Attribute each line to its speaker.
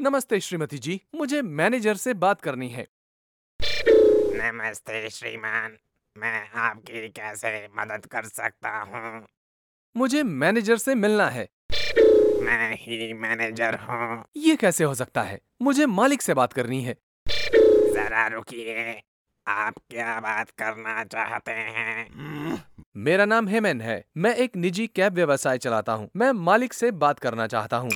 Speaker 1: नमस्ते श्रीमती जी मुझे मैनेजर से बात करनी है
Speaker 2: नमस्ते श्रीमान मैं आपकी कैसे मदद कर सकता हूँ
Speaker 1: मुझे मैनेजर से मिलना है
Speaker 2: मैं ही मैनेजर हूँ
Speaker 1: ये कैसे हो सकता है मुझे मालिक से बात करनी है
Speaker 2: जरा रुकिए आप क्या बात करना चाहते हैं
Speaker 1: मेरा नाम हेमन है मैं एक निजी कैब व्यवसाय चलाता हूँ मैं मालिक से बात करना चाहता हूँ